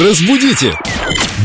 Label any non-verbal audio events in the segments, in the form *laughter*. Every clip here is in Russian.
Разбудите!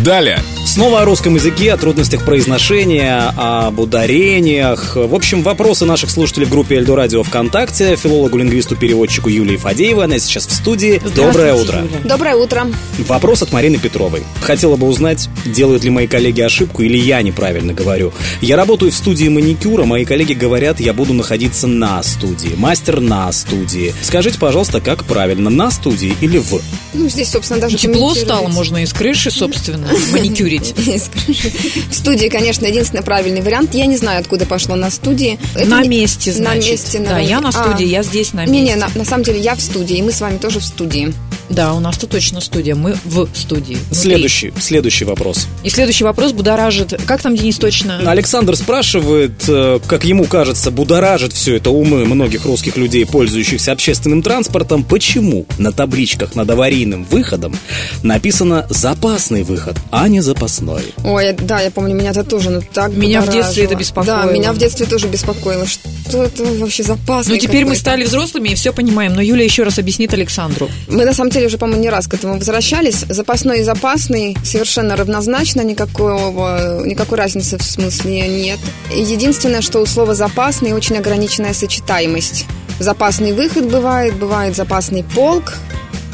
Далее! Снова о русском языке, о трудностях произношения, об ударениях. В общем, вопросы наших слушателей в группе Эльду Радио ВКонтакте, филологу-лингвисту-переводчику Юлии Фадеевой. Она сейчас в студии. Доброе утро. Доброе утро. Вопрос от Марины Петровой. Хотела бы узнать, делают ли мои коллеги ошибку или я неправильно говорю. Я работаю в студии маникюра, мои коллеги говорят, я буду находиться на студии. Мастер на студии. Скажите, пожалуйста, как правильно, на студии или в? Ну, здесь, собственно, даже Тепло комментировать. стало, можно и с крыши, собственно, *laughs* маникюрить. Из крыши. В студии, конечно, единственный правильный вариант. Я не знаю, откуда пошло на студии. Это На не- месте, На значит. месте, Да, я на А. студии, я здесь на Не-не, месте. на, на самом деле я в студии, и мы с вами тоже в студии. Да, у нас-то точно студия, мы в студии. внутри. Следующий, следующий вопрос. И следующий вопрос будоражит. Как там, Денис, точно? Александр спрашивает, э, как ему кажется, будоражит все это умы многих русских людей, пользующихся общественным транспортом, почему на табличках над аварийным выходом написано «запасный выход», а не «запасной». Ой, да, я помню, меня это тоже ну, так Меня в будоражило. детстве это беспокоило. Да, меня в детстве тоже беспокоило. Что это вообще запасно? Ну, теперь мы стали взрослыми и все понимаем, но Юля еще раз объяснит Александру. Мы, на самом деле, уже, по-моему, не раз к этому возвращались. Запасной и запасный совершенно равнозначно, никакого, никакой разницы в смысле нет. Единственное, что у слова «запасный» очень ограниченная сочетаемость. Запасный выход бывает, бывает запасный полк,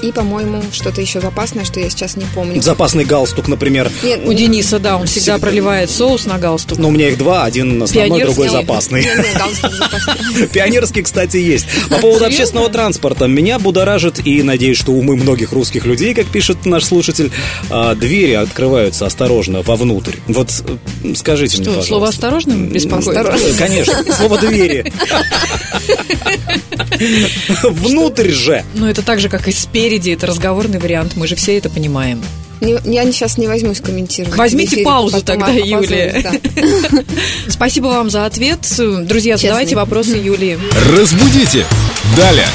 и, по-моему, что-то еще запасное, что я сейчас не помню. Запасный галстук, например. Нет, ну, У Дениса, да, он всегда Всегда. проливает соус на галстук. Но у меня их два, один основной, Пионерский. другой нет, запасный. нет, нет, галстук запасной. Пионерский, кстати, есть. По поводу общественного транспорта. Меня будоражит и, надеюсь, что умы многих русских людей, как пишет наш слушатель, а, двери открываются осторожно вовнутрь. Вот э, скажите мне, Что, пожалуйста. слово «осторожно» беспокоит? Осторожно, Конечно, слово «двери». *laughs* Внутрь же. Ну, это так же, как и спереди, это разговорный вариант, мы же все это понимаем. Не- Я сейчас не возьмусь комментировать. Возьмите В эфире паузу потом тогда, опозорюсь, Юлия. да. Спасибо вам за ответ. Друзья, задавайте Честный. вопросы Юлии. Разбудите! Далее!